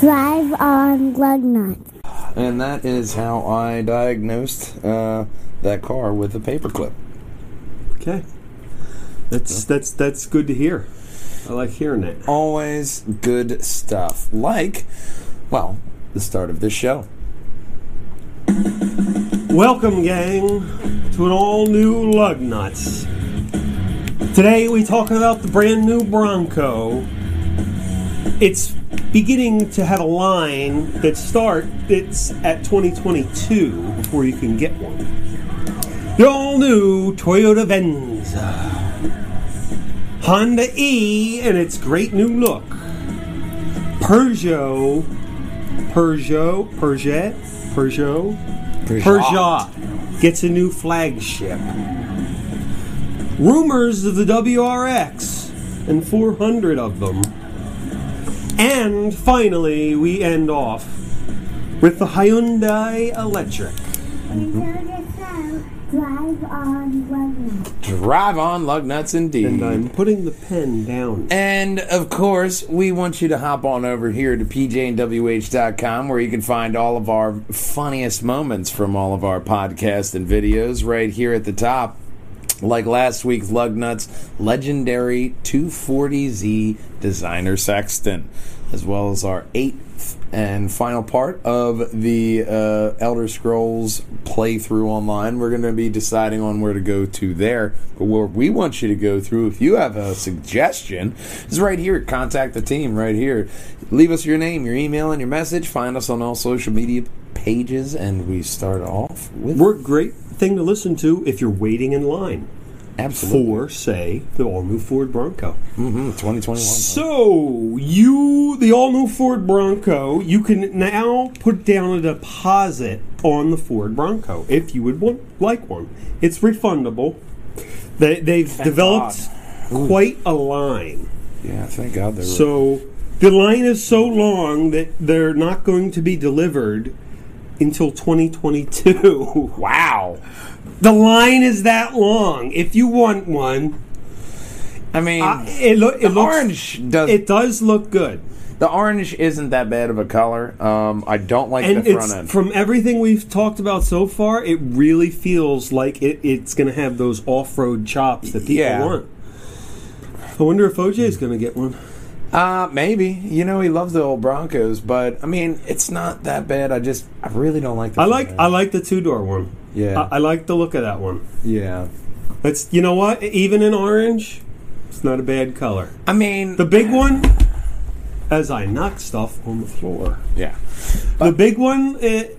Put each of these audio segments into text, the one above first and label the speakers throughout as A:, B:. A: Drive on lug nuts.
B: And that is how I diagnosed uh, that car with a paperclip.
C: Okay. That's that's that's good to hear. I like hearing that.
B: Always good stuff. Like, well, the start of this show.
C: Welcome, gang, to an all new Lug Nuts. Today we talk about the brand new Bronco. It's beginning to have a line that start that's at 2022 before you can get one. The all new Toyota Venza, Honda E and its great new look, Peugeot, Peugeot, Peugeot, Peugeot, Peugeot gets a new flagship. Rumors of the WRX and 400 of them. And finally, we end off with the Hyundai Electric.
A: Drive on lug nuts.
B: Drive on lug nuts indeed.
C: And I'm putting the pen down.
B: And of course, we want you to hop on over here to pjnwh.com where you can find all of our funniest moments from all of our podcasts and videos right here at the top. Like last week's Lugnuts legendary 240Z designer Sexton, as well as our eighth and final part of the uh, Elder Scrolls playthrough online. We're going to be deciding on where to go to there. But where we want you to go through, if you have a suggestion, is right here. Contact the team right here. Leave us your name, your email, and your message. Find us on all social media pages. And we start off with
C: We're a great thing to listen to if you're waiting in line
B: absolutely
C: for, say, the all new Ford Bronco.
B: Mhm, 2021.
C: So you, the all-new Ford Bronco, you can now put down a deposit on the Ford Bronco if you would want like one. It's refundable. They, they've developed quite a line.
B: Yeah, thank God they're
C: So the line is so long that they're not going to be delivered until 2022.
B: wow.
C: the line is that long. If you want one,
B: I mean,
C: I- it, lo- it
B: the
C: looks
B: orange does
C: It does look good.
B: the orange isn't that bad of a color. Um, I don't like
C: and
B: the
C: it's
B: front end.
C: from everything we've talked about so far, it really feels like it, it's going to have those off-road chops that people
B: Yeah.
C: want. I wonder if OJ is going to get one.
B: Uh, maybe. You know, he loves the old Broncos, but I mean, it's not that bad. I just, I really don't like. The
C: I like I like the two-door one.
B: Yeah.
C: I, I like the look of that one.
B: yeah.
C: That's you know what, even in orange, it's not a bad color.
B: I mean,
C: The big one, as I knock stuff on the floor.
B: yeah.
C: The big one, it,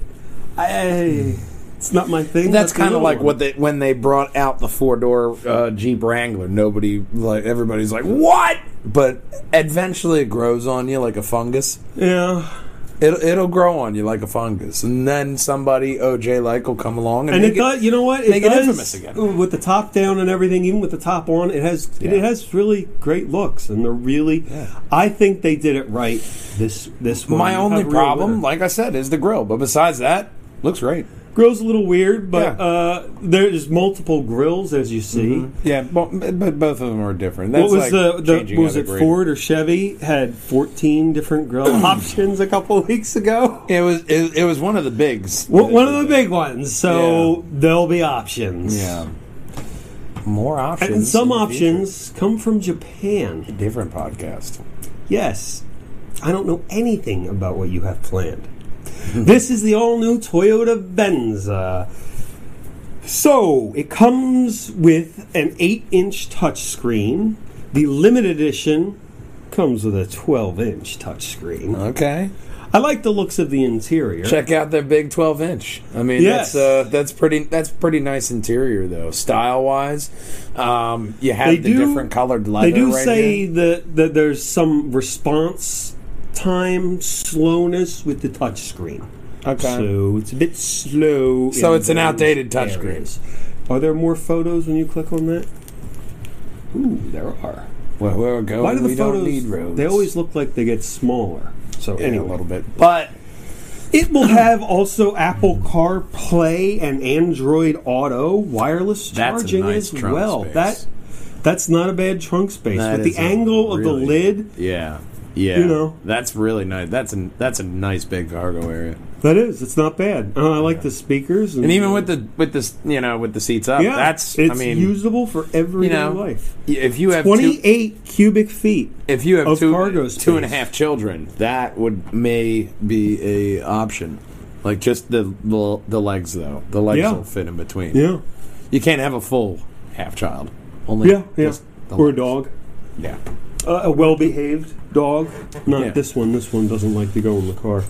C: I, it's not my thing.
B: That's
C: but the
B: kind of
C: little
B: like
C: one.
B: what they when they brought out the four door uh, Jeep Wrangler. Nobody like everybody's like what, but eventually it grows on you like a fungus.
C: yeah.
B: It'll it'll grow on you like a fungus, and then somebody OJ like will come along and,
C: And it,
B: make
C: does. You know what? It
B: make it
C: does,
B: infamous again.
C: With the top down and everything, even with the top on, it has
B: Yeah.
C: it has really great looks, and they're really. I think they did it right. This this one.
B: My
C: You
B: only
C: have a real
B: problem,
C: winner.
B: like I said, is the grill. But besides that, looks great.
C: grill's a little weird, but
B: Yeah.
C: uh, there's multiple grills as you see.
B: Yeah, but, but both of them are different. That's
C: What
B: like
C: was the, the
B: changing
C: was
B: out
C: it
B: the grade.
C: Ford or Chevy had 14 different grill options a couple of weeks ago?
B: It was it, it was one of the bigs.
C: One one of the big ones, so there'll be options.
B: Yeah. More options.
C: And some
B: in the future.
C: options come from Japan.
B: Different podcast.
C: Yes, I don't know anything about what you have planned. this is the all new Toyota Venza. So, it comes with an 8 inch touchscreen. The limited edition comes with a 12 inch touchscreen.
B: Okay.
C: I like the looks of the interior.
B: Check out their big twelve inch. I mean,
C: Yes.
B: that's uh, that's pretty that's pretty nice interior though, style wise. Um, you have
C: They
B: the different colored leather.
C: They do
B: right
C: say
B: here.
C: that, that there's some response time slowness with the touchscreen.
B: Okay.
C: So it's a bit slow.
B: So
C: in
B: it's an
C: those
B: outdated touchscreen.
C: areas. Are there more photos when you click on that? Ooh, there are.
B: Well, we're going.
C: Why do the
B: Oh, we
C: photos?
B: Don't need roads.
C: They always look like they get smaller. So
B: Yeah,
C: anyway,
B: a little bit, but
C: It will have also Apple CarPlay and Android Auto wireless
B: That's a
C: charging
B: nice
C: as
B: trunk
C: well.
B: space.
C: That that's not a bad trunk space.
B: That
C: With the
B: is a
C: angle of the
B: really-
C: lid,
B: yeah, Yeah,
C: You know.
B: that's really nice. That's a that's a nice big cargo area,
C: That is, it's not bad. Uh, I like the speakers,
B: and even with the with this you know with the seats up,
C: yeah,
B: that's
C: it's
B: I mean
C: usable for everyday
B: know,
C: life.
B: if you have two,
C: Twenty-eight cubic feet.
B: if you have
C: of
B: two
C: cargo
B: two and a
C: space.
B: half children, that would may be a option. Like just the the, the legs though, the legs
C: Yeah.
B: will fit in between.
C: Yeah,
B: You can't have a full half child. Only
C: yeah, yeah.
B: just the
C: Or a
B: legs.
C: dog,
B: Yeah.
C: uh, a well-behaved dog. Not
B: Yeah.
C: this one. This one doesn't like to go in the car.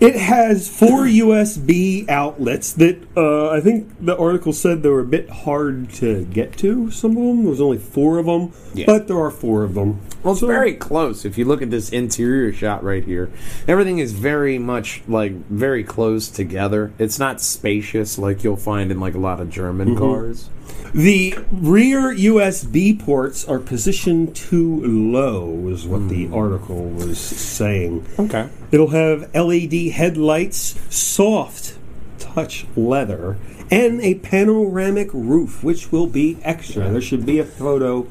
C: It has four USB outlets that uh, I think the article said they were a bit hard to get to. Some of them there was only four of them,
B: Yeah.
C: but there are four of them.
B: Well, it's
C: So-
B: very close. If you look at this interior shot right here, everything is very much like very close together. It's not spacious like you'll find in like a lot of German
C: Mm-hmm.
B: cars.
C: The rear USB ports are positioned too low, is what
B: Hmm.
C: the article was saying.
B: Okay.
C: It'll have LED headlights, soft touch leather, and a panoramic roof, which will be extra. There should be a photo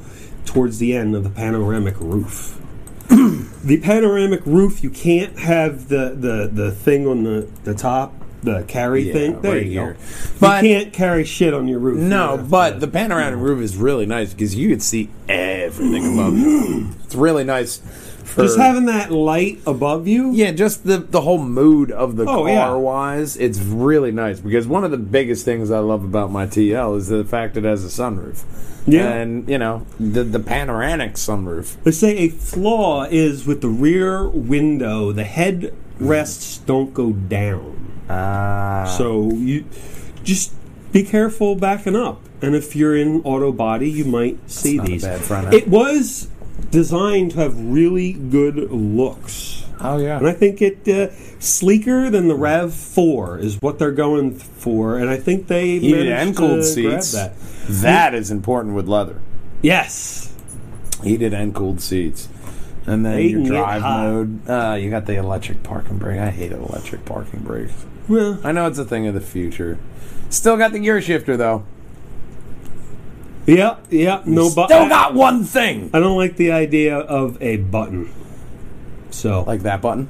C: towards the end of the panoramic roof. the panoramic roof, you can't have the, the, the thing on the, the top, the carry
B: Yeah,
C: thing. There
B: right
C: you
B: here.
C: go.
B: But-
C: you can't carry shit on your roof.
B: No,
C: You have
B: but
C: to-
B: the panoramic roof is really nice because you can see everything above you. It's really nice for
C: Mm-hmm. Just having that light above you.
B: Yeah, just the the whole mood of the
C: Oh,
B: car
C: yeah.
B: wise, it's really nice because one of the biggest things I love about my TL is the fact it has a sunroof.
C: Yeah.
B: And, you know, the the panoramic sunroof.
C: They say a flaw is with the rear window, the head rests don't go down.
B: Ah.
C: So you just be careful backing up. And if you're in auto body, you might see
B: not a
C: these.
B: bad front end.
C: it was designed to have really good looks.
B: oh yeah.
C: And I think it uh, sleeker than the Rav Four is what they're going for, and I think they
B: Heated
C: managed
B: and cooled
C: to grab
B: seats.
C: that.
B: That is important with leather.
C: Yes,
B: Heated and cooled seats. And then
C: They
B: your
C: can get
B: drive
C: hot.
B: mode. Uh, you got the electric parking brake. I hate electric parking brakes.
C: well,
B: I know it's a thing of the future. Still got the gear shifter though.
C: yeah, yeah, no, but
B: Still got one thing.
C: I don't like the idea of a button. So, like
B: Like that button.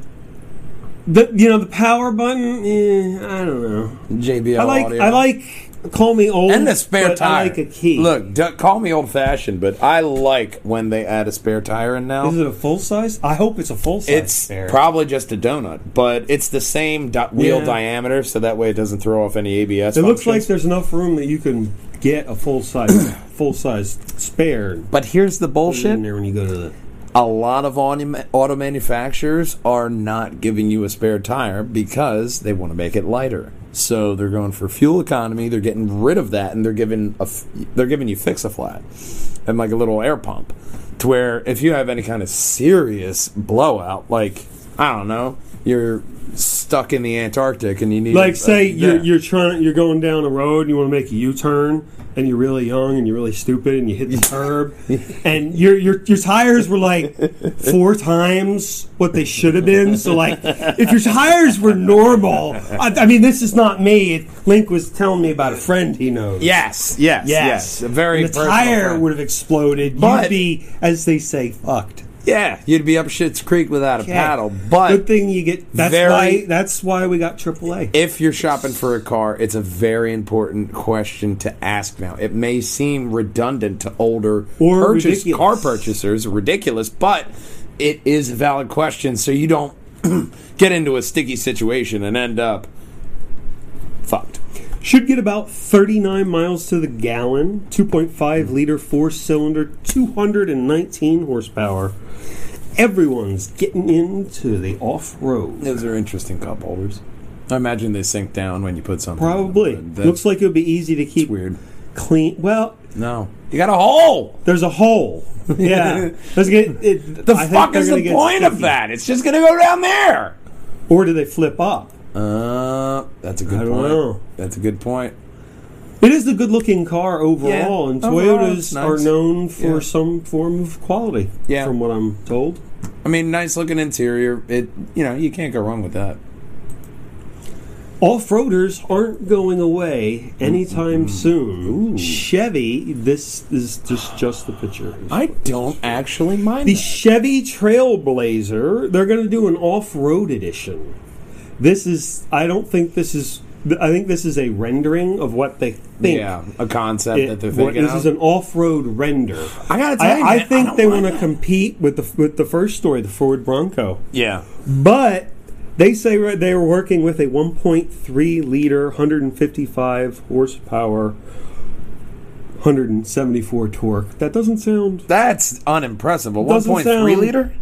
C: the you know the power button, eh, I don't know.
B: JBL
C: I like
B: audio.
C: I like call me old
B: and the spare
C: but
B: tire.
C: I like a key.
B: Look, d- call me old fashioned, but I like when they add a spare tire in now.
C: is it a full size? I hope it's a full size.
B: it's
C: spare.
B: probably just a donut, but it's the same di- wheel
C: Yeah.
B: diameter, so that way it doesn't throw off any ABS.
C: It looks like
B: functions.
C: there's enough room that you can get a full size full size spare and
B: But here's the
C: put it in
B: bullshit:
C: there when you go to the.
B: a lot of auto, auto manufacturers are not giving you a spare tire because they want to make it lighter. So they're going for fuel economy. They're getting rid of that, and they're giving a f- they're giving you fix a flat and like a little air pump, to where if you have any kind of serious blowout, like I don't know, you're stuck in the Antarctic and you need
C: Like say
B: uh,
C: you're
B: yeah.
C: you're trying you're going down a road and you want to make a U-turn and you're really young and you're really stupid and you hit the curb and your your your tires were like four times what they should have been. So like if your tires were normal, I, I mean this is not me. Link was telling me about a friend he knows.
B: yes, yes, yes,
C: yes,
B: a very
C: And the
B: personal
C: tire
B: friend.
C: would have exploded.
B: But-
C: You'd be as they say fucked.
B: yeah, you'd be up shit's creek without a
C: Okay.
B: paddle, but
C: good thing you get. That's
B: very-
C: why that's why we got AAA.
B: if you're shopping for a car, it's a very important question to ask now. It may seem redundant to older
C: Or
B: purchase,
C: ridiculous.
B: car purchasers, ridiculous, but it is a valid question so you don't get into a sticky situation and end up fucked.
C: Should get about 39 miles to the gallon, 2.5 liter four cylinder, 219 horsepower. Everyone's getting into the off road.
B: Those are interesting cup holders. I imagine they sink down when you put something. in them,
C: Probably.
B: but That's
C: Looks like it would be easy to keep
B: weird.
C: clean. Well,
B: No. You got a hole!
C: there's a hole. Yeah. There's gonna, it,
B: The
C: I think
B: fuck
C: they're
B: is
C: gonna
B: the
C: get
B: point of
C: sticky.
B: that? It's just gonna go down there!
C: Or do they flip up?
B: Uh, that's a good
C: I don't
B: point.
C: know.
B: That's a good point.
C: It is a good looking car
B: Yeah,
C: overall, and
B: overall it's
C: Toyotas
B: nice.
C: are known for
B: Yeah.
C: some form of quality,
B: Yeah.
C: from what I'm told.
B: I mean, nice looking interior. It you know you can't go wrong with that.
C: Off roaders aren't going away anytime
B: Mm-hmm.
C: soon. Chevy, this is just, just the picture.
B: I don't actually mind.
C: The
B: it.
C: Chevy Trailblazer, they're going to do an off road edition. This is, I don't think this is, I think this is a rendering of what they think.
B: yeah, a concept
C: it-
B: that they're
C: what-
B: thinking
C: this
B: of.
C: is an off-road render.
B: I gotta tell
C: I,
B: you,
C: I
B: man, I
C: think
B: don't
C: they
B: want
C: want to compete with the with the first story, the Ford Bronco.
B: yeah,
C: But they say right, they were working with a 1.3 liter, 155 horsepower, 174 torque. That doesn't sound.
B: that's unimpressive. A one
C: Doesn't
B: point three
C: sound-
B: liter.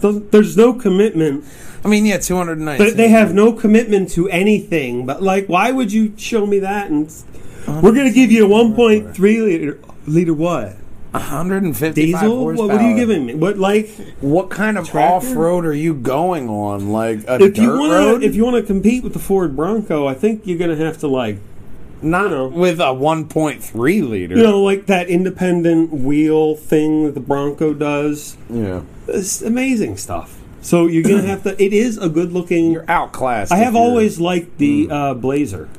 C: Doesn't, there's no commitment.
B: I mean, yeah, two hundred
C: They,
B: nineteen.
C: they have no commitment to anything. But like, why would you show me that? And s- we're going to give you a 1.3 liter liter what?
B: hundred and fifty
C: Diesel? What, what are you giving me? What like
B: What kind of
C: Tractor?
B: off road are you going on? Like a
C: if
B: dirt
C: you want
B: road?
C: to if you want to compete with the Ford Bronco, I think you're going to have to like
B: not
C: know.
B: with a one point three liter.
C: you know like that independent wheel thing that the Bronco does.
B: Yeah,
C: It's amazing stuff. So you're going to have to. It is a good looking.
B: you're outclassed.
C: I
B: if
C: have
B: you're-
C: always
B: Mm.
C: liked the uh, Blazer.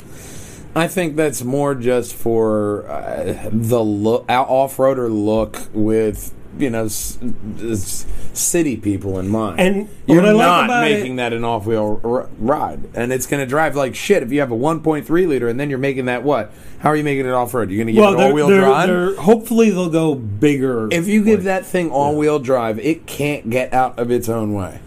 B: I think that's more just for uh, the look, off roader look with you know s- s- city people in mind.
C: And
B: you're
C: what I like
B: not
C: about
B: making
C: it-
B: that an off wheel r- ride, and it's going to drive like shit. If you have a 1.3 liter, and then you're making that what? How are you making it off road? You're going to get
C: Well,
B: an all
C: they're,
B: wheel
C: they're-
B: drive.
C: they're- hopefully they'll go bigger.
B: if you give that thing all wheel drive, it can't get out of its own way.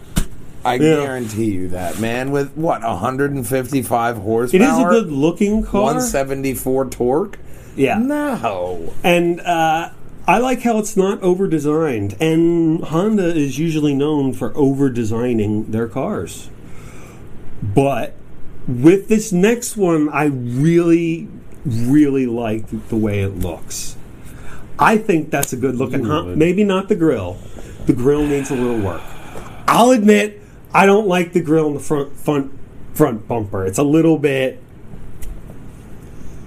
B: I guarantee you that, man. With what 155 horsepower,
C: it is a good looking car.
B: 174 torque.
C: Yeah.
B: No.
C: And uh, I like how it's not over designed. And Honda is usually known for over designing their cars. But with this next one, I really, really like the way it looks. I think that's a good looking Honda. Maybe not the grill. The grill needs a little work. I'll admit, I don't like the grill in the front front front bumper. It's a little bit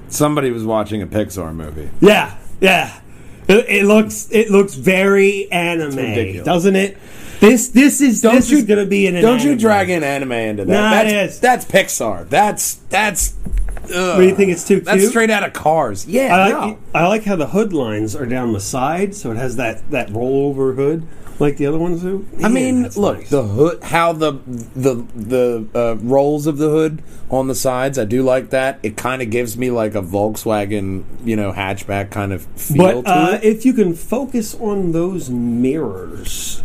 B: Somebody was watching a Pixar movie.
C: Yeah, yeah. It, it looks it looks very anime,
B: ridiculous.
C: doesn't it? This this is this is going to be an
B: Don't you
C: anime.
B: drag in anime into that?
C: Nah, it
B: that's,
C: is.
B: that's Pixar. That's that's. Ugh.
C: do you think, it's too
B: That's
C: cute?
B: straight out of Cars. Yeah.
C: I
B: no.
C: like, I like how the hood lines are down the side, so it has that that rollover hood like the other ones do.
B: I
C: Man,
B: mean,
C: that's
B: look
C: nice.
B: the hood, how the the the uh, rolls of the hood on the sides. I do like that. It kind of gives me like a Volkswagen, you know, hatchback kind of feel
C: but
B: to
C: uh,
B: it.
C: if you can focus on those mirrors.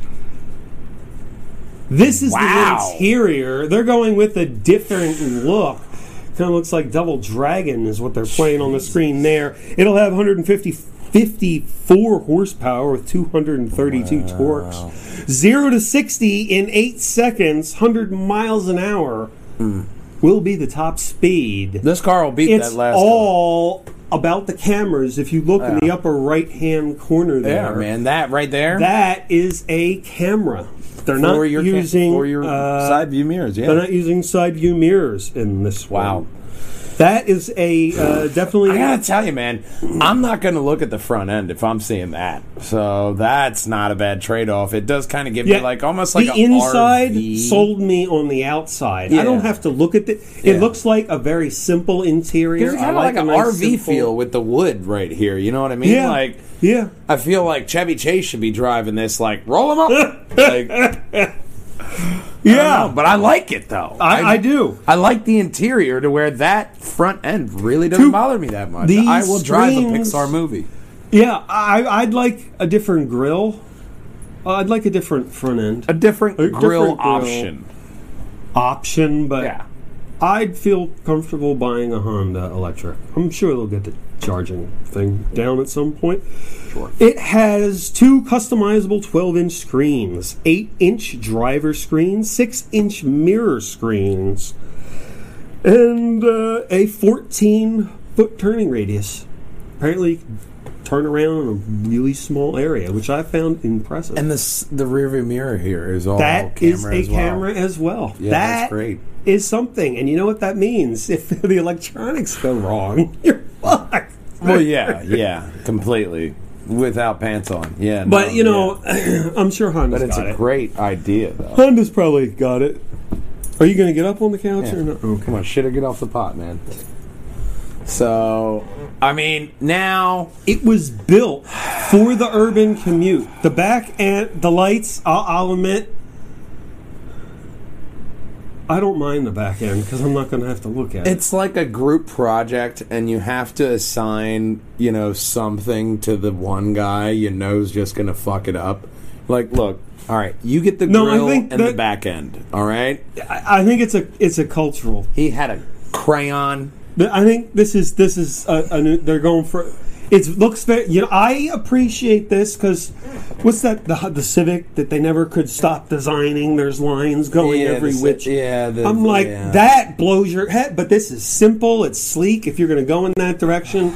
C: This is
B: Wow.
C: the interior. They're going with a different look. Kind of looks like Double Dragon is what they're playing on the screen there. It'll have 150 54 horsepower with 232 torques. 0 to 60 in 8 seconds, 100 miles an hour
B: Hmm.
C: will be the top speed
B: This car will beat
C: it's
B: that last.
C: all about the cameras. If you look in the upper right hand corner
B: car.
C: there,
B: Yeah, man, that right there.
C: that is a camera. They're
B: for
C: not
B: your ca-
C: using
B: for your
C: uh,
B: side view mirrors. Yeah.
C: They're not using side view mirrors in this one.
B: Wow.
C: that is a uh, definitely.
B: I gotta tell you, man, I'm not gonna look at the front end if I'm seeing that. So that's not a bad trade off. It does kind of give me like almost like
C: the
B: a
C: inside
B: RV.
C: sold me on the outside. I
B: Yeah.
C: don't have to look at the. It
B: Yeah.
C: looks like a very simple interior.
B: Gives you
C: I
B: kind of like,
C: a
B: an
C: nice
B: RV
C: simple-
B: feel with the wood right here. You know what I mean?
C: Yeah,
B: Like
C: yeah.
B: I feel like Chevy Chase should be driving this. Like roll him up. like, I don't
C: Yeah.
B: know, but I like it though.
C: I, I do.
B: I like the interior to where that front end really doesn't
C: Dude,
B: bother me that much.
C: these
B: I will drive a
C: screens-
B: Pixar movie.
C: Yeah, I, I'd like a different grill. Uh, I'd like a different front end
B: A different
C: A different
B: grill
C: grill.
B: option.
C: option, but
B: Yeah.
C: I'd feel comfortable buying a Honda Electric. I'm sure they'll get the charging thing down at some point.
B: Sure.
C: It has two customizable 12 inch screens, 8 inch driver screens, 6 inch mirror screens, and uh, a 14 foot turning radius. Apparently, you can turn around in a really small area, which I found impressive.
B: And this, the rearview mirror here is all
C: That
B: camera
C: is a
B: as well.
C: camera as well.
B: Yeah, that's
C: That
B: great.
C: Is something, and you know what that means? If the electronics go wrong, you're fucked.
B: Well, yeah, yeah, completely without pants on. Yeah, no,
C: But you know,
B: Oh, yeah.
C: I'm sure Honda's
B: but it's
C: got
B: a
C: it.
B: great idea though.
C: Honda's probably got it. Are you going to get up on the couch or not?
B: Oh, Come on, shit or get off the pot, man. So, I mean, now
C: It was built for the urban commute. The back and the lights, I'll, I'll admit, I don't mind the back end because I'm not going to have to look at it.
B: it's like a group project, and you have to assign, you know, something to the one guy you know's just gonna fuck it up. Like, look, all right, you get the
C: No, I
B: grill
C: think
B: and the
C: that-
B: back end. All right,
C: I, I think it's a it's a cultural.
B: he had a crayon.
C: But I think this is this is a, a new, they're going for. It looks very. You know, I appreciate this because what's that the the Civic that they never could stop designing? There's lines going
B: the
C: every
B: si-
C: which.
B: Yeah, the,
C: I'm like,
B: yeah.
C: that blows your head. But this is simple. It's sleek. If you're going to go in that direction,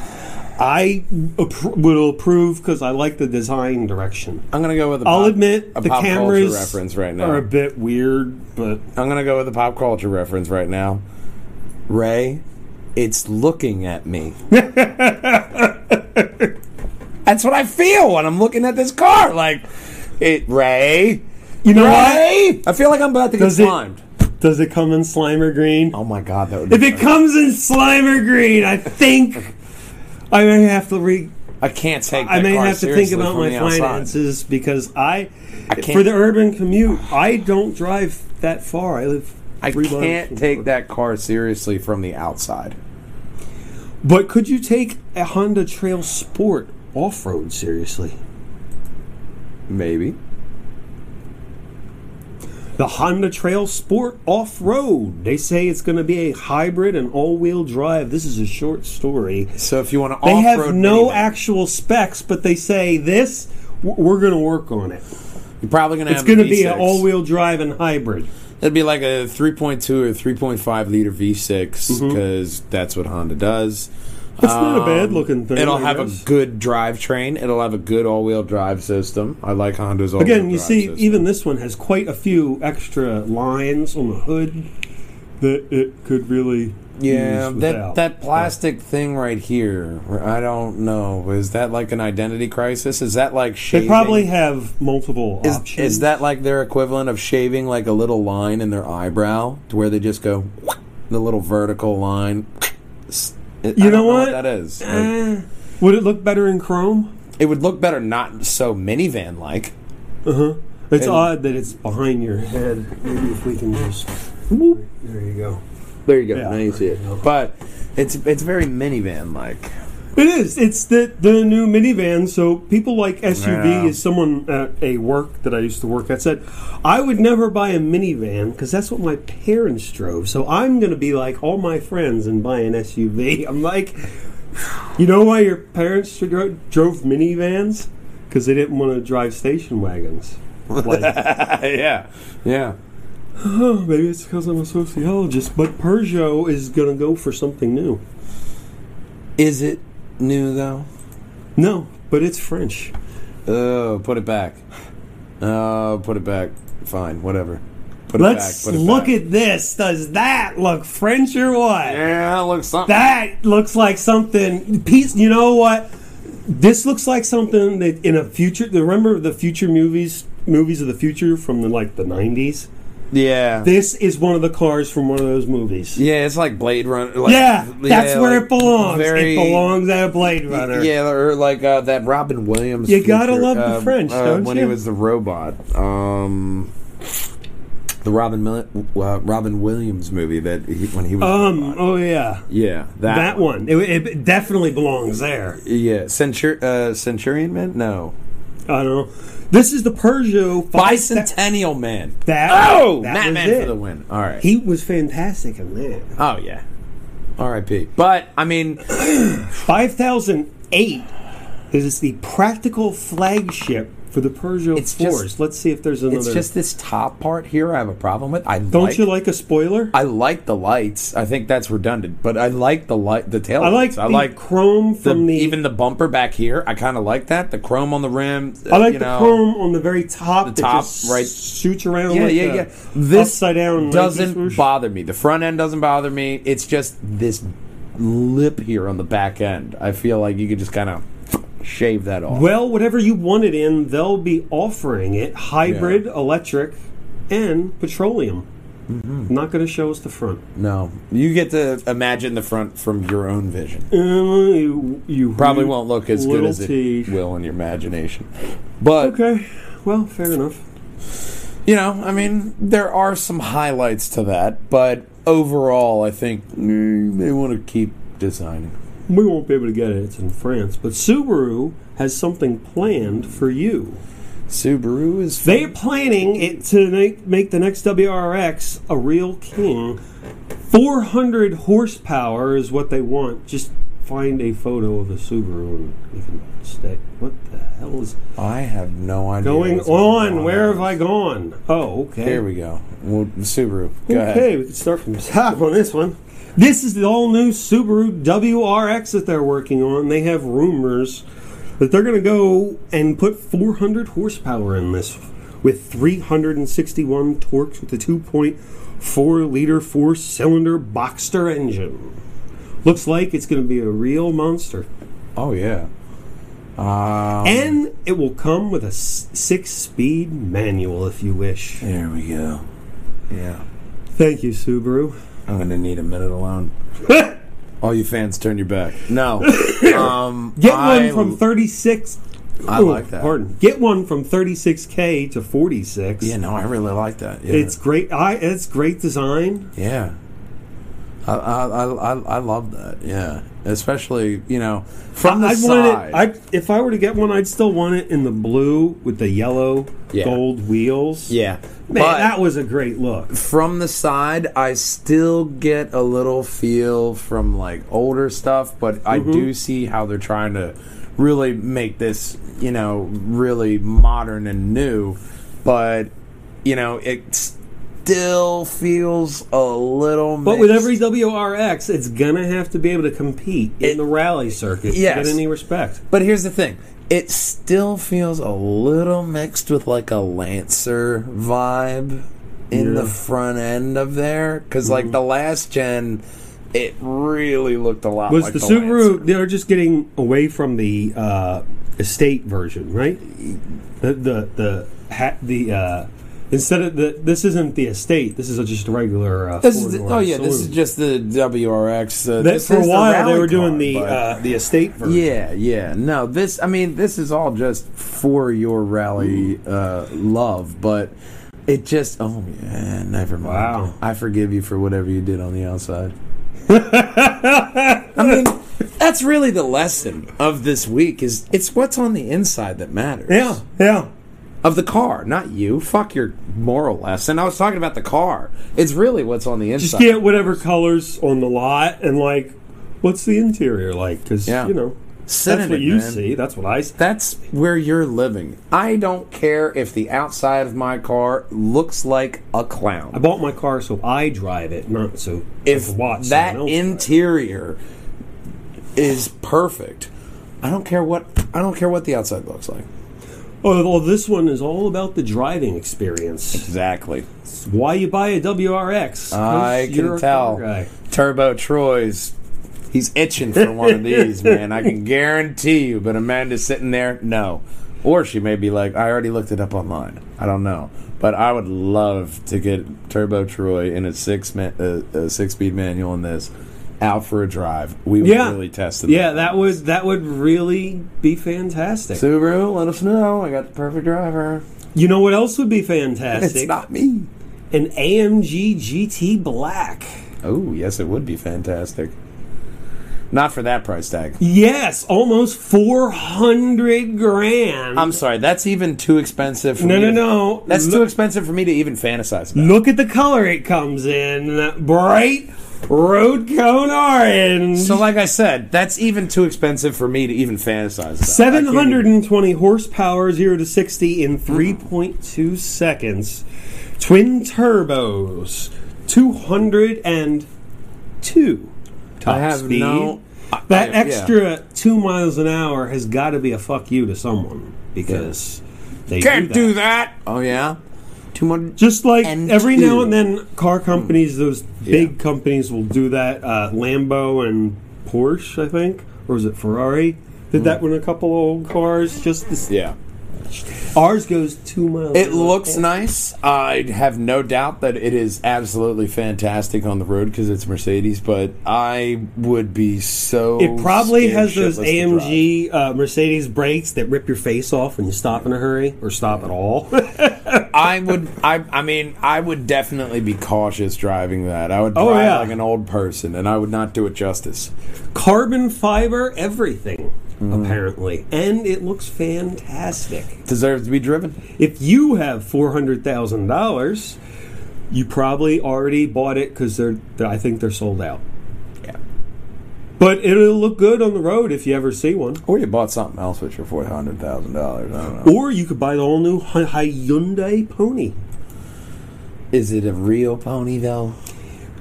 C: I appro- will approve because I like the design direction.
B: I'm gonna go with. A
C: I'll
B: pop-
C: admit
B: a
C: the
B: pop culture
C: cameras
B: reference right now.
C: are a bit weird, but
B: I'm gonna go with a pop culture reference right now. Ray, it's looking at me. That's what I feel when I'm looking at this car. Like, it, Ray.
C: you know
B: Ray, I feel like I'm about to get
C: Does it-
B: slimed.
C: what? Does it come in Slimer Green?
B: Oh my god, that would.
C: If
B: Be
C: it comes in Slimer Green, I think I may have to re.
B: I can't take. That
C: I may
B: car
C: have to think
B: seriously
C: about
B: from
C: my
B: the outside.
C: finances because I,
B: can't-
C: for the urban commute, I don't drive that far. I live.
B: I
C: three blocks
B: can't
C: from-
B: take that car seriously from the outside.
C: But could you take a Honda Trail Sport off road seriously?
B: Maybe.
C: The Honda Trail Sport off road. They say it's going to be a hybrid and all wheel drive. This is a short story.
B: So if you want to,
C: They have no actual specs, but they say this, w- we're going to work on it.
B: You're probably gonna.
C: It's going to be an all wheel drive and hybrid.
B: That'd be like a 3.2 or 3.5 liter V6
C: Mm-hmm.
B: because that's what Honda does.
C: It's not a bad looking thing.
B: Um, It'll
C: I
B: have
C: guess.
B: a good drivetrain. It'll have a good all-wheel drive system. I like Honda's all-wheel
C: Again, you
B: drive
C: see,
B: system.
C: even this one has quite a few extra lines on the hood that it could really
B: yeah,
C: use
B: that
C: without.
B: that plastic thing right here. I don't know. Is that like an identity crisis? Is that like shaving?
C: They probably have multiple
B: is,
C: options.
B: is that like their equivalent of shaving like a little line in their eyebrow to where they just go the little vertical line? You
C: know what?
B: that is.
C: Eh, would it look better in Chrome?
B: It would look better not so minivan like.
C: It's
B: It-
C: odd that it's behind your head. Maybe if we can just. Whoop, there you go.
B: There you go.
C: Yeah. now you see it.
B: But it's it's very minivan like.
C: It is. It's the the new minivan. So people like SUV
B: Yeah.
C: is someone at a work that I used to work at said, I would never buy a minivan because that's what my parents drove. So I'm going to be like all my friends and buy an SUV. I'm like, you know why your parents dro- drove minivans? Because they didn't want to drive station wagons. Like,
B: yeah. Yeah.
C: Oh, maybe it's because I'm a sociologist, but Peugeot is going to go for something new.
B: Is it new though?
C: No, but it's French.
B: Oh, put it back. Oh, put it back. Fine, whatever. Put it
C: Let's
B: back. Put it
C: look
B: back.
C: at this. Does that look French or what?
B: Yeah, it looks something.
C: That looks like something. Piece. You know what? This looks like something that in a future. Remember the future movies, movies of the future from the, like the '90s.
B: yeah.
C: This is one of the cars from one of those movies.
B: yeah, it's like Blade Runner. Like,
C: Yeah, that's
B: yeah, like
C: where it belongs.
B: very-
C: it belongs at a Blade Runner.
B: Yeah, or like uh, that Robin Williams.
C: You gotta
B: feature,
C: love the
B: uh,
C: French,
B: uh,
C: don't
B: when
C: you?
B: he was the robot. Um, the Robin Mil- uh, Robin Williams movie that he, when he was a
C: Um.
B: robot.
C: Oh yeah.
B: yeah that,
C: That one. It, it definitely belongs there.
B: yeah Centur- uh, Centurion Man no
C: I don't know. This is the Peugeot. five-
B: Bicentennial Man
C: That,
B: oh
C: Oh, that
B: Matt
C: was
B: Man
C: it.
B: for the win all right
C: He was fantastic in that.
B: oh yeah R.I.P. But I mean
C: 5008 is the practical flagship for the Peugeot
B: It's just-
C: Force. Let's see if there's another.
B: it's just this top part here I have a problem with I
C: Don't
B: like,
C: you like a spoiler?
B: I like the lights I think that's redundant but I like the light the tail
C: I like
B: lights. I
C: the
B: like
C: chrome
B: the,
C: from the.
B: even the bumper back here. I kind of like that. The chrome on the rim. uh,
C: I like
B: you
C: the
B: know.
C: chrome on the very top. The
B: top, right-
C: Shoots around.
B: Yeah,
C: like
B: yeah,
C: a
B: yeah. This
C: upside down Nike
B: doesn't
C: swoosh.
B: bother me. The front end doesn't bother me. It's just this lip here on the back end. I feel like you could just kind of shave that off.
C: Well, whatever you want it in, they'll be offering it hybrid, electric, and petroleum.
B: Mm-hmm.
C: Not going to show us the front.
B: No, you get to imagine the front from your own vision.
C: Uh, you, you
B: Probably won't look as good
C: little
B: as
C: teeth.
B: it will in your imagination. But
C: Okay, well, fair enough.
B: you know, I mean, there are some highlights to that, but overall, I think mm, they want to keep designing.
C: We won't be able to get it. It's in France, but Subaru has something planned for you.
B: Subaru is
C: They're planning it to make, make the next WRX a real king. 400 horsepower is what they want. Just find a photo of a Subaru and we can stay. What the hell is
B: I have no idea
C: going
B: what's going
C: on? Where have I gone? Oh, okay.
B: Here we go. Well, Subaru. Go
C: okay,
B: ahead.
C: we can start from the top on this one. This is the all new Subaru WRX that they're working on. They have rumors that they're going to go and put 400 horsepower in this with 361 torques with a 2.4 liter four cylinder Boxster engine. Looks like it's going to be a real monster.
B: Oh yeah. Um,
C: And it will come with a s- six speed manual if you wish.
B: there we go. Yeah.
C: Thank you, Subaru.
B: I'm gonna need a minute alone. All you fans, turn your back. No. Um,
C: Get
B: I-
C: one from 36.
B: I like that.
C: Pardon. Get one from 36k to 46.
B: Yeah, no, I really like that. Yeah.
C: It's great. I it's great design.
B: yeah. I, I I I I love that. Yeah, especially you know from the
C: I
B: side.
C: want it. I if I were to get one, I'd still want it in the blue with the yellow
B: Yeah.
C: gold wheels.
B: yeah,
C: Man,
B: but
C: that was a great look.
B: from the side, I still get a little feel from like older stuff, but I
C: Mm-hmm.
B: do see how they're trying to really make this, you know, really modern and new. But you know, it still feels a little.
C: But with every WRX, it's gonna have to be able to compete in the rally circuit.
B: Yes.
C: In any respect.
B: But here's the thing. It still feels a little mixed with like a Lancer vibe in the front end of there. Because,
C: Mm-hmm.
B: like, the last gen, it really looked a lot
C: Was
B: like
C: the,
B: the,
C: Subaru?
B: Lancer.
C: They're just getting away from the uh, estate version, right? The the the ha- the uh, instead of the this isn't the estate. This is a, just a regular. Uh,
B: This is the,
C: four-door
B: oh, yeah, this is
C: saloon.
B: just the WRX. Uh,
C: That,
B: this
C: for a
B: is the
C: while they
B: rally
C: were doing
B: car,
C: the
B: but-
C: uh, the estate version.
B: Yeah, yeah. No, this, I mean, this is all just for your rally uh, love, but it just, oh, yeah, never mind.
C: Wow.
B: I forgive you for whatever you did on the outside. I mean, that's really the lesson of this week is it's what's on the inside that matters.
C: yeah, yeah.
B: Of the car, not you. Fuck your moral lesson. I was talking about the car. It's really what's on the
C: Just
B: inside.
C: get whatever colors on the lot and like, what's the interior like? Because
B: Yeah.
C: you know
B: Sit
C: that's
B: in
C: what
B: it,
C: you
B: man.
C: see. That's what I see.
B: That's where you're living. I don't care if the outside of my car looks like a
C: I
B: clown.
C: bought my car so I drive it, not so
B: If
C: I watch
B: that
C: someone else drive it.
B: interior is perfect, I don't care what I don't care what the outside looks like.
C: Oh, well, this one is all about the driving experience.
B: Exactly.
C: It's why you buy a WRX. 'cause
B: I
C: you're
B: can
C: a car
B: tell.
C: guy.
B: Turbo Troy's he's itching for one of these, man. I can guarantee you. But Amanda's sitting there, no. Or she may be like, I already looked it up online. I don't know. But I would love to get Turbo Troy in a six man, uh, uh, six speed manual in this out for a drive. We would
C: Yeah.
B: really tested
C: Yeah, that would that would really be fantastic.
B: Subaru, let us know. I got the perfect driver.
C: you know what else would be fantastic?
B: It's not me.
C: An AMG GT Black.
B: Oh, yes, it would be fantastic. Not for that price tag.
C: Yes, almost four hundred grand.
B: I'm sorry, that's even too expensive for
C: no,
B: me
C: no,
B: to-
C: no.
B: That's too
C: look,
B: expensive for me to even fantasize about.
C: look at the color it comes in. Bright road cone orange.
B: So, like I said, that's even too expensive for me to even fantasize about.
C: Seven hundred and twenty horsepower, zero to sixty in three point two seconds. Twin turbos, two hundred and two top
B: I have
C: speed.
B: no-
C: that
B: I- yeah.
C: extra two miles an hour has got to be a fuck you to someone because they
B: Can't
C: do that.
B: do that. Oh yeah, two hundred.
C: Just like
B: And
C: every now
B: two. Mm.
C: and then, car companies, those big companies, will do that. Uh, Lambo and
B: Mm.
C: Porsche, I think, or is it Ferrari? Did that with a couple old cars just to
B: yeah.
C: matched. Ours goes two miles.
B: It looks nice. I have no doubt that it is absolutely fantastic on the road because it's Mercedes. But I would be so.
C: It probably
B: scared
C: has those
B: shitless to drive.
C: AMG uh, Mercedes brakes that rip your face off when you stop in a hurry or stop at all.
B: I would. I. I mean, I would definitely be cautious driving that. I would drive
C: Oh, yeah.
B: like an old person, and I would not do it justice.
C: Carbon fiber everything,
B: Mm-hmm.
C: apparently. And it looks fantastic.
B: Deserves to be driven.
C: If you have $400,000, you probably already bought it because they're, they're, I think they're sold out.
B: Yeah.
C: But it'll look good on the road if you ever see one.
B: Or you bought something else with your four hundred thousand dollars. I don't know.
C: Or you could buy the all new Hy- Hyundai Pony.
B: Is it a real pony though?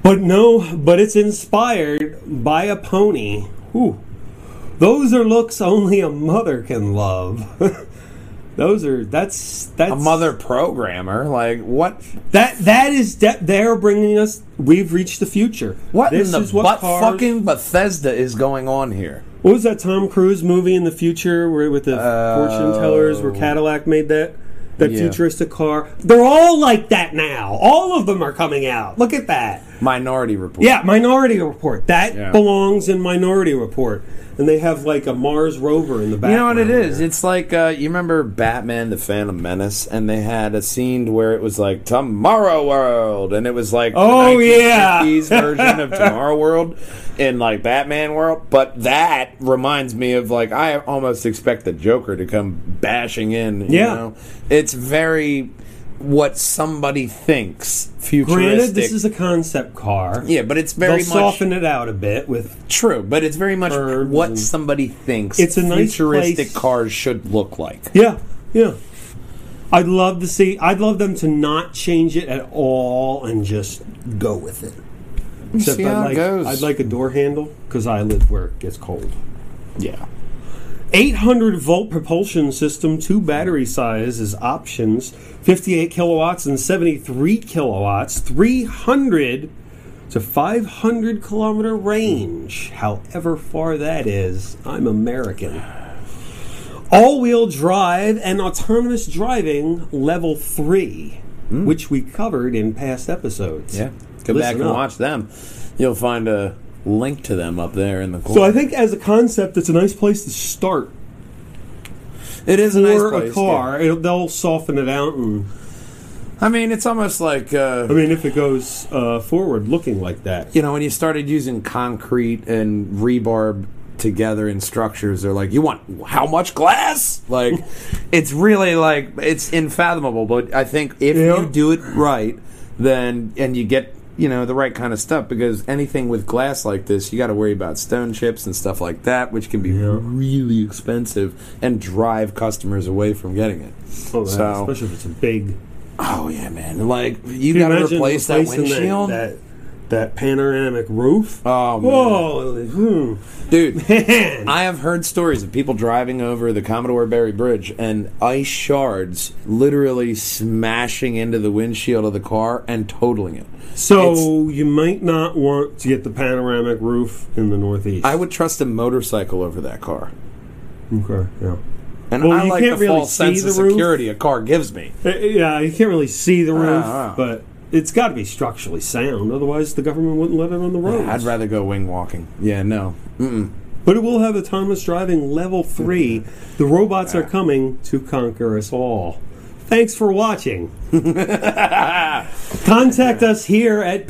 C: But no, but it's inspired by a pony. Ooh. Those are looks only a mother can love. Those are that's that's
B: A mother programmer? Like what?
C: That that is that they're bringing us. We've reached the future.
B: What
C: this
B: in the
C: is what
B: butt
C: cars-
B: fucking Bethesda is going on here?
C: What was that Tom Cruise movie in the future where with the fortune tellers where Cadillac made that that
B: Oh. Yeah.
C: futuristic car? They're all like that now. All of them are coming out. Look at that.
B: Minority Report.
C: Yeah, Minority Report. That
B: Yeah.
C: belongs in Minority Report. And they have like a Mars rover in the back.
B: You know what it is? It's like uh, you remember Batman: The Phantom Menace, and they had a scene where it was like Tomorrow World, and it was like
C: Oh,
B: the
C: yeah.
B: 1950s version of Tomorrow World in like Batman World. But that reminds me of like I almost expect the Joker to come bashing in. You
C: Yeah.
B: know? it's very what somebody thinks futuristic.
C: Granted, this is a concept car.
B: yeah, but it's
C: They'll
B: very much
C: soften it out a bit with
B: True, but it's very much
C: Birds
B: what
C: and-
B: somebody thinks
C: It's a nice
B: futuristic
C: place.
B: cars should look like.
C: Yeah, yeah. I'd love to see. I'd love them to not change it at all and just go with it. Except
B: see how it
C: I'd like,
B: goes.
C: I'd like a door handle because I live where it gets cold.
B: Yeah.
C: 800 volt propulsion system, two battery sizes options, 58 kilowatts and 73 kilowatts, 300 to 500 kilometer range, however far that is. I'm American. All wheel drive and autonomous driving level 3, which we covered in past episodes.
B: Hmm. Yeah. Go back
C: Listen
B: and
C: up.
B: watch them. You'll find a link to them up there in the corner.
C: So I think as a concept, it's a nice place to start
B: it is a nice
C: for
B: place,
C: a car. It'll, they'll soften it out and.
B: yeah. I mean, it's almost like uh,
C: I mean, if it goes uh, forward looking like that.
B: you know, when you started using concrete and rebarb together in structures, they're like, you want how much glass? Like, it's really like, it's unfathomable. But I think if
C: Yeah.
B: you do it right, then, and you get, you know, the right kind of stuff, because anything with glass like this, you got to worry about stone chips and stuff like that, which can be really expensive and drive customers away from getting it.
C: Oh,
B: So-
C: especially if it's a big.
B: Oh, yeah, man. Like, you
C: Can
B: got to
C: imagine
B: replace that
C: replacing
B: windshield.
C: That, that panoramic roof.
B: Oh, man.
C: Whoa, hmm.
B: Dude, I have heard stories of people driving over the Commodore Barry Bridge and ice shards literally smashing into the windshield of the car and totaling it.
C: So you might not want to get the panoramic roof in the Northeast.
B: I would trust a motorcycle over that car.
C: okay, yeah.
B: And
C: Well,
B: I
C: you
B: like the
C: can't really
B: false
C: see
B: sense of
C: the roof.
B: security a car gives me.
C: Uh, Yeah, you can't really see
B: Ah,
C: the roof,
B: wow.
C: but it's got to be structurally sound. Otherwise, the government wouldn't let it on the roads.
B: I'd rather go wing walking. Yeah, no.
C: But it will have autonomous driving level three. The robots are coming to conquer us all. Thanks for watching. Contact us here at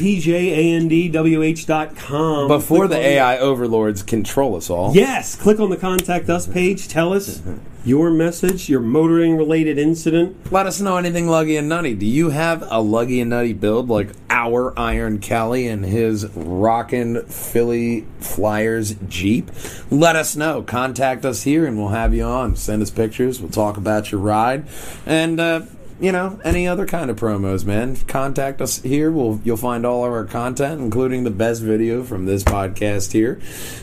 C: pjandwh.com.
B: Before
C: Click
B: the
C: on-
B: AI overlords control us all.
C: Yes, click on the Contact Us page. Tell us your message, your motoring related incident.
B: Let us know anything luggy and nutty. Do you have a luggy and nutty build like our Iron Kelly and his rockin' Philly Flyers Jeep? Let us know. Contact us here and we'll have you on. Send us pictures. We'll talk about your ride. And, uh, you know, any other kind of promos, man. Contact us here. We'll, you'll find all of our content, including the best video from this podcast here.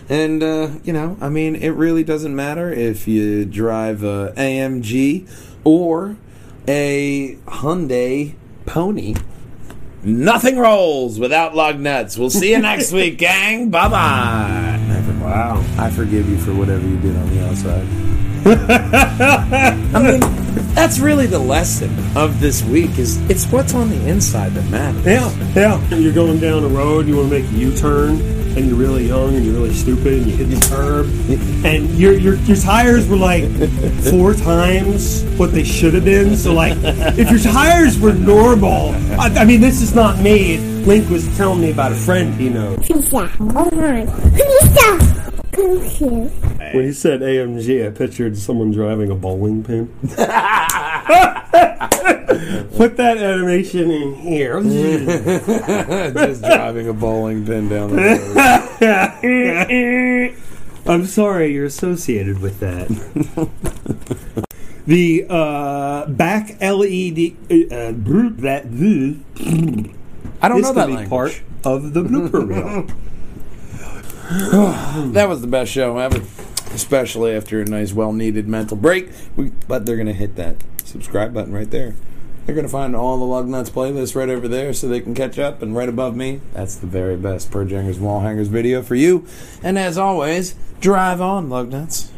B: And, uh, you know, I mean, it really doesn't matter if you drive a AMG or a Hyundai Pony. Nothing rolls without lug nuts. We'll see you next week, gang. Bye bye.
C: Wow.
B: I forgive you for whatever you did on the outside. I mean, That's really the lesson of this week is it's what's on the inside that matters.
C: Yeah, yeah. You're going down a road, you want to make a U-turn, and you're really young and you're really stupid, and you hit the curb, and your your your tires were like four times what they should have been. So like, if your tires were normal, I, I mean, this is not made. Link was telling me about a friend he knows.
A: Pizza. All right. Pizza. Come here.
C: When he said AMG, I pictured someone driving a bowling pin. Put that animation in here.
B: Just driving a bowling pin down the road.
C: I'm sorry you're associated with that. the uh, back LED uh, brr- that I
B: I don't
C: is
B: know
C: gonna
B: that
C: be
B: language.
C: part of the blooper reel.
B: That was the best show ever, especially after a nice, well-needed mental break. We, but they're gonna hit that subscribe button right there. They're gonna find all the Lug Nuts playlists right over there, so they can catch up. And right above me, that's the very best Purge Hangers Wall Hangers video for you. And as always, drive on, Lug Nuts.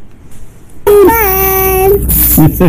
A: Bye.